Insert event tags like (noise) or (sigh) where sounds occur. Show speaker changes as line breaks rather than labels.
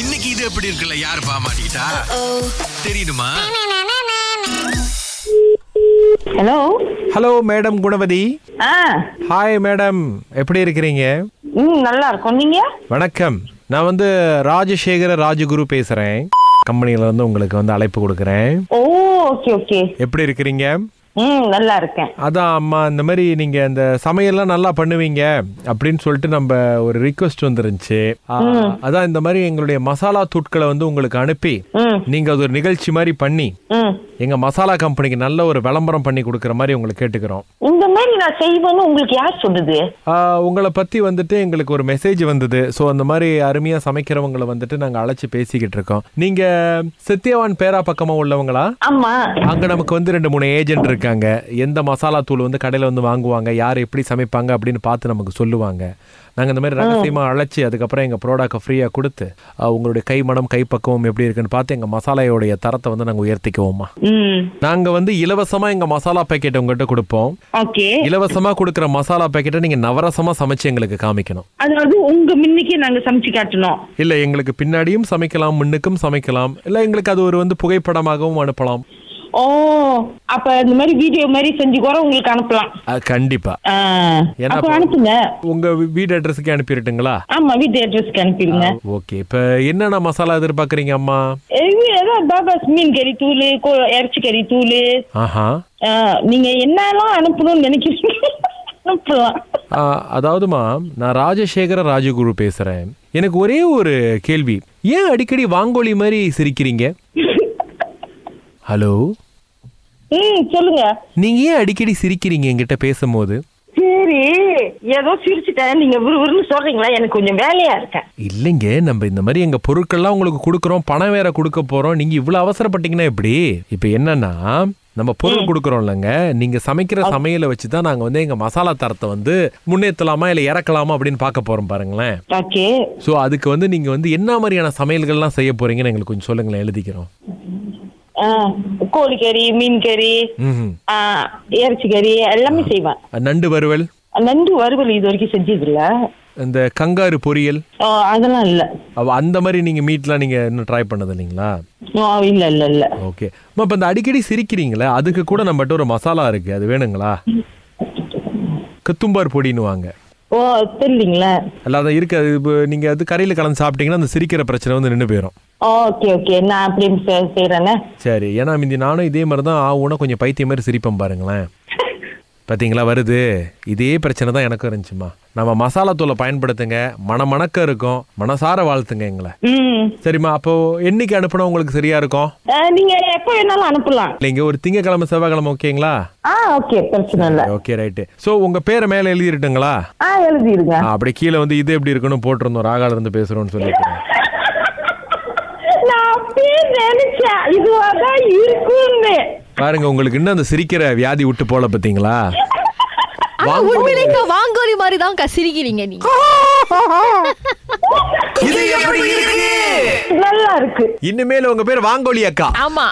இன்னைக்கு இது எப்படி இருக்குல்ல யாரு பாமாட்டா தெரியுமா
ஹலோ
ஹலோ மேடம் குணவதி
ஆ
ஹாய் மேடம் எப்படி இருக்கிறீங்க
ம் நல்லா இருக்கும் நீங்க
வணக்கம் நான் வந்து ராஜசேகர ராஜகுரு பேசுகிறேன் கம்பெனியில் வந்து உங்களுக்கு வந்து அழைப்பு கொடுக்குறேன்
ஓ ஓகே ஓகே
எப்படி இருக்கிறீங்க
ம் நல்லா இருக்கேன்
அதான் அம்மா இந்த மாதிரி நீங்கள் அந்த சமையல்லாம் நல்லா பண்ணுவீங்க அப்படின்னு சொல்லிட்டு நம்ம ஒரு ரிக்வெஸ்ட் வந்துருந்துச்சு ஆ, அதான் இந்த மாதிரி எங்களுடைய மசாலா தூட்களை வந்து உங்களுக்கு அனுப்பி
ம்
நீங்கள் அது ஒரு நிகழ்ச்சி மாதிரி பண்ணி
ம்
எங்கள் மசாலா கம்பெனிக்கு நல்ல ஒரு விளம்பரம் பண்ணி கொடுக்குற மாதிரி உங்களுக்கு கேட்டுக்கிறோம்
இந்த மாதிரி நான் செய்வேன்னு உங்களுக்கு யார் சொல்லுது
ஆ, உங்களை பற்றி வந்துட்டு எங்களுக்கு ஒரு மெசேஜ் வந்தது ஸோ அந்த மாதிரி அருமையாக சமைக்கிறவங்களை வந்துட்டு நாங்கள் அழைச்சி பேசிக்கிட்டு இருக்கோம் நீங்கள் சத்யவான் பேரா பக்கமாக உள்ளவங்களா
ஆமா
அங்கே நமக்கு வந்து ரெண்டு மூணு ஏஜென்ட் இருக்காங்க எந்த மசாலா தூள் வந்து கடையில் வந்து வாங்குவாங்க யார் எப்படி சமைப்பாங்க அப்படின்னு பார்த்து நமக்கு சொல்லுவாங்க நாங்கள் இந்த மாதிரி ரகசியமாக அழைச்சி அதுக்கப்புறம் எங்கள் ப்ரோடாக்டை ஃப்ரீயாக கொடுத்து ஆ, உங்களுடைய கை மனம் கை பக்குவம் எப்படி இருக்குன்னு பார்த்து எங்கள் மசாலையோடைய தரத்தை வந்து நாங்கள் உயர்த்திக்குவோம்மா
ம்
நாங்கள் வந்து இலவசமாக எங்கள் மசாலா பேக்கெட் உங்கள்கிட்ட கொடுப்போம்
ஓகே
இலவசமா கொடுக்கிற மசாலா பேக்கெட்டை நீங்க நவரசமா சமைச்சு எங்களுக்கு காமிக்கணும்
அதாவது உங்க முன்னுக்கே நாங்க சமைச்சு காட்டணும்
இல்ல எங்களுக்கு பின்னாடியும் சமைக்கலாம் முன்னுக்கும் சமைக்கலாம் இல்ல எங்களுக்கு அது ஒரு வந்து புகைப்படமாகவும் அனுப்பலாம்
ஓ அப்ப இந்த மாதிரி வீடியோ மாதிரி செஞ்சு கூட உங்களுக்கு அனுப்பலாம்
அஹ், கண்டிப்பா
ஆ,
ஏன்னா
அப்ப அனுப்புங்க
உங்க வீ- வீடு அட்ரஸுக்கு அனுப்பிடட்டுங்களா
ஆமா வீட்டு அட்ரஸ்க்கு அனுப்பிடுங்க
ஓகே இப்ப என்னென்ன மசாலா எதிர்பார்க்கறீங்க அம்மா
ஏதாவது பாபாஸ் மீன் கறி தூள் கோ- இறைச்சி கறி தூள்
ஆஹா
ஆ, நீங்க என்னெல்லாம் அனுப்பணும்னு நினைக்கிறீங்க (laughs) அனுப்பலாம்
அஹ், அதாவதுமா நான் ராஜசேகர ராஜகுரு பேசுறேன் எனக்கு ஒரே ஒரு கேள்வி ஏன் அடிக்கடி வாங்கோலி மாதிரி சிரிக்கிறீங்க ஹலோ
ம் சொல்லுங்க
நீங்க ஏன் அடிக்கடி சிரிக்கிறீங்க என்கிட்ட பேசும்போது
சரி ஏதோ சிரிச்சுட்டேன் நீங்க விறுவிறுன்னு சொல்றீங்களா எனக்கு கொஞ்சம் வேலையா இருக்கேன்
இல்லைங்க நம்ம இந்த மாதிரி எங்க பொருட்கள்லாம் உங்களுக்கு கொடுக்குறோம் பணம் வேற கொடுக்க போறோம் நீங்க இவ்வளவு அவசரப்பட்டீங்கன்னா எப்படி இப்போ என்னன்னா நம்ம பொருள் கொடுக்குறோம் இல்லைங்க நீங்க சமைக்கிற சமையலை வச்சு தான் நாங்க வந்து எங்க மசாலா தரத்தை வந்து முன்னேற்றலாமா இல்ல இறக்கலாமா அப்படின்னு பார்க்க போறோம் பாருங்களேன்
ஓகே
ஸோ அதுக்கு வந்து நீங்க வந்து என்ன மாதிரியான சமையல்கள்லாம் செய்ய போறீங்கன்னு எங்களுக்கு கொஞ்சம் சொல்லுங்களேன் எழுதிக்கிறோம்
ஆ, கோழிக்கறி மீன் கறி
ம்ஹும்.
ஆ, இறைச்சி கறி எல்லாமே செய்வேன்
நண்டு வறுவல்
நண்டு வறுவல் இது வரைக்கும் செஞ்சதில்ல
இந்த கங்காரு பொரியல்
ஓ, அதெல்லாம் இல்ல
அவ அந்த மாதிரி நீங்க மீட்லாம் நீங்க இன்னும் ட்ரை பண்ணது இல்லைங்களா
ஓ, இல்ல இல்ல இல்ல
ஓகே இப்போ இந்த அடிக்கடி சிரிக்கிறீங்களே அதுக்கு கூட நம்மகிட்ட ஒரு மசாலா இருக்கு அது வேணுங்களா கத்தும்பார் பொடின்னு வாங்க
ஓ தெரியலீங்களா
அல்லாத இருக்கு அது இப்போ நீங்க அது கரையில் கலந்து சாப்பிட்டீங்கன்னா அந்த சிரிக்கிற பிரச்சனை வந்து நின்று போயிடும்
ஓகே ஓகே நான் அப்படி செ- செய்றேனே
சரி ஏன்னா மிந்தி நானும் இதே மாதிரி தான் ஆகும்னா கொஞ்சம் பைத்தியம் மாதிரி சிரிப்பேன் பாருங்களேன் பார்த்தீங்களா வருது இதே பிரச்சனை தான் எனக்கும் இருந்துச்சுமா நம்ம மசாலா தூளை பயன்படுத்துங்க மனமணக்க இருக்கும் மனசார வாழ்த்துங்க எங்களை
ம்
சரிம்மா அப்போ என்னைக்கு அனுப்புனா உங்களுக்கு சரியா இருக்கும்
ஆ, நீங்க எப்ப வேணாலும் அனுப்பலாம்
இல்லைங்க ஒரு திங்கக்கிழமை செவ்வாய்க்கிழமை ஓகேங்களா
ஆ ஓகே பிரச்சனை இல்ல
ஓகே ரைட்டு ஸோ உங்க பேரை மேலே எழுதிட்டுங்களா
ஆ எழுதிருங்க
ஆ, அப்படியே கீழே வந்து இது எப்படி இருக்குன்னு போட்டிருந்தோம் ராகால இருந்து பேசுறோம்னு சொல்லிட்டு
நான் அப்படியே நினைச்சேன் இதுவாதான் இருக்கும்னு
பாருங்க உங்களுக்கு இன்னும் அந்த சிரிக்கிற வியாதி விட்டு போல பாத்தீங்களா
ஆனா உண்மையிலேயே வாங்கோலி மாதிரி தான் கசிரிக்கிறீங்க நீங்க
இது எப்படி இருக்கு
நல்லா இருக்கு
இனிமேல் உங்க பேர் வாங்கோலி அக்கா
ஆமா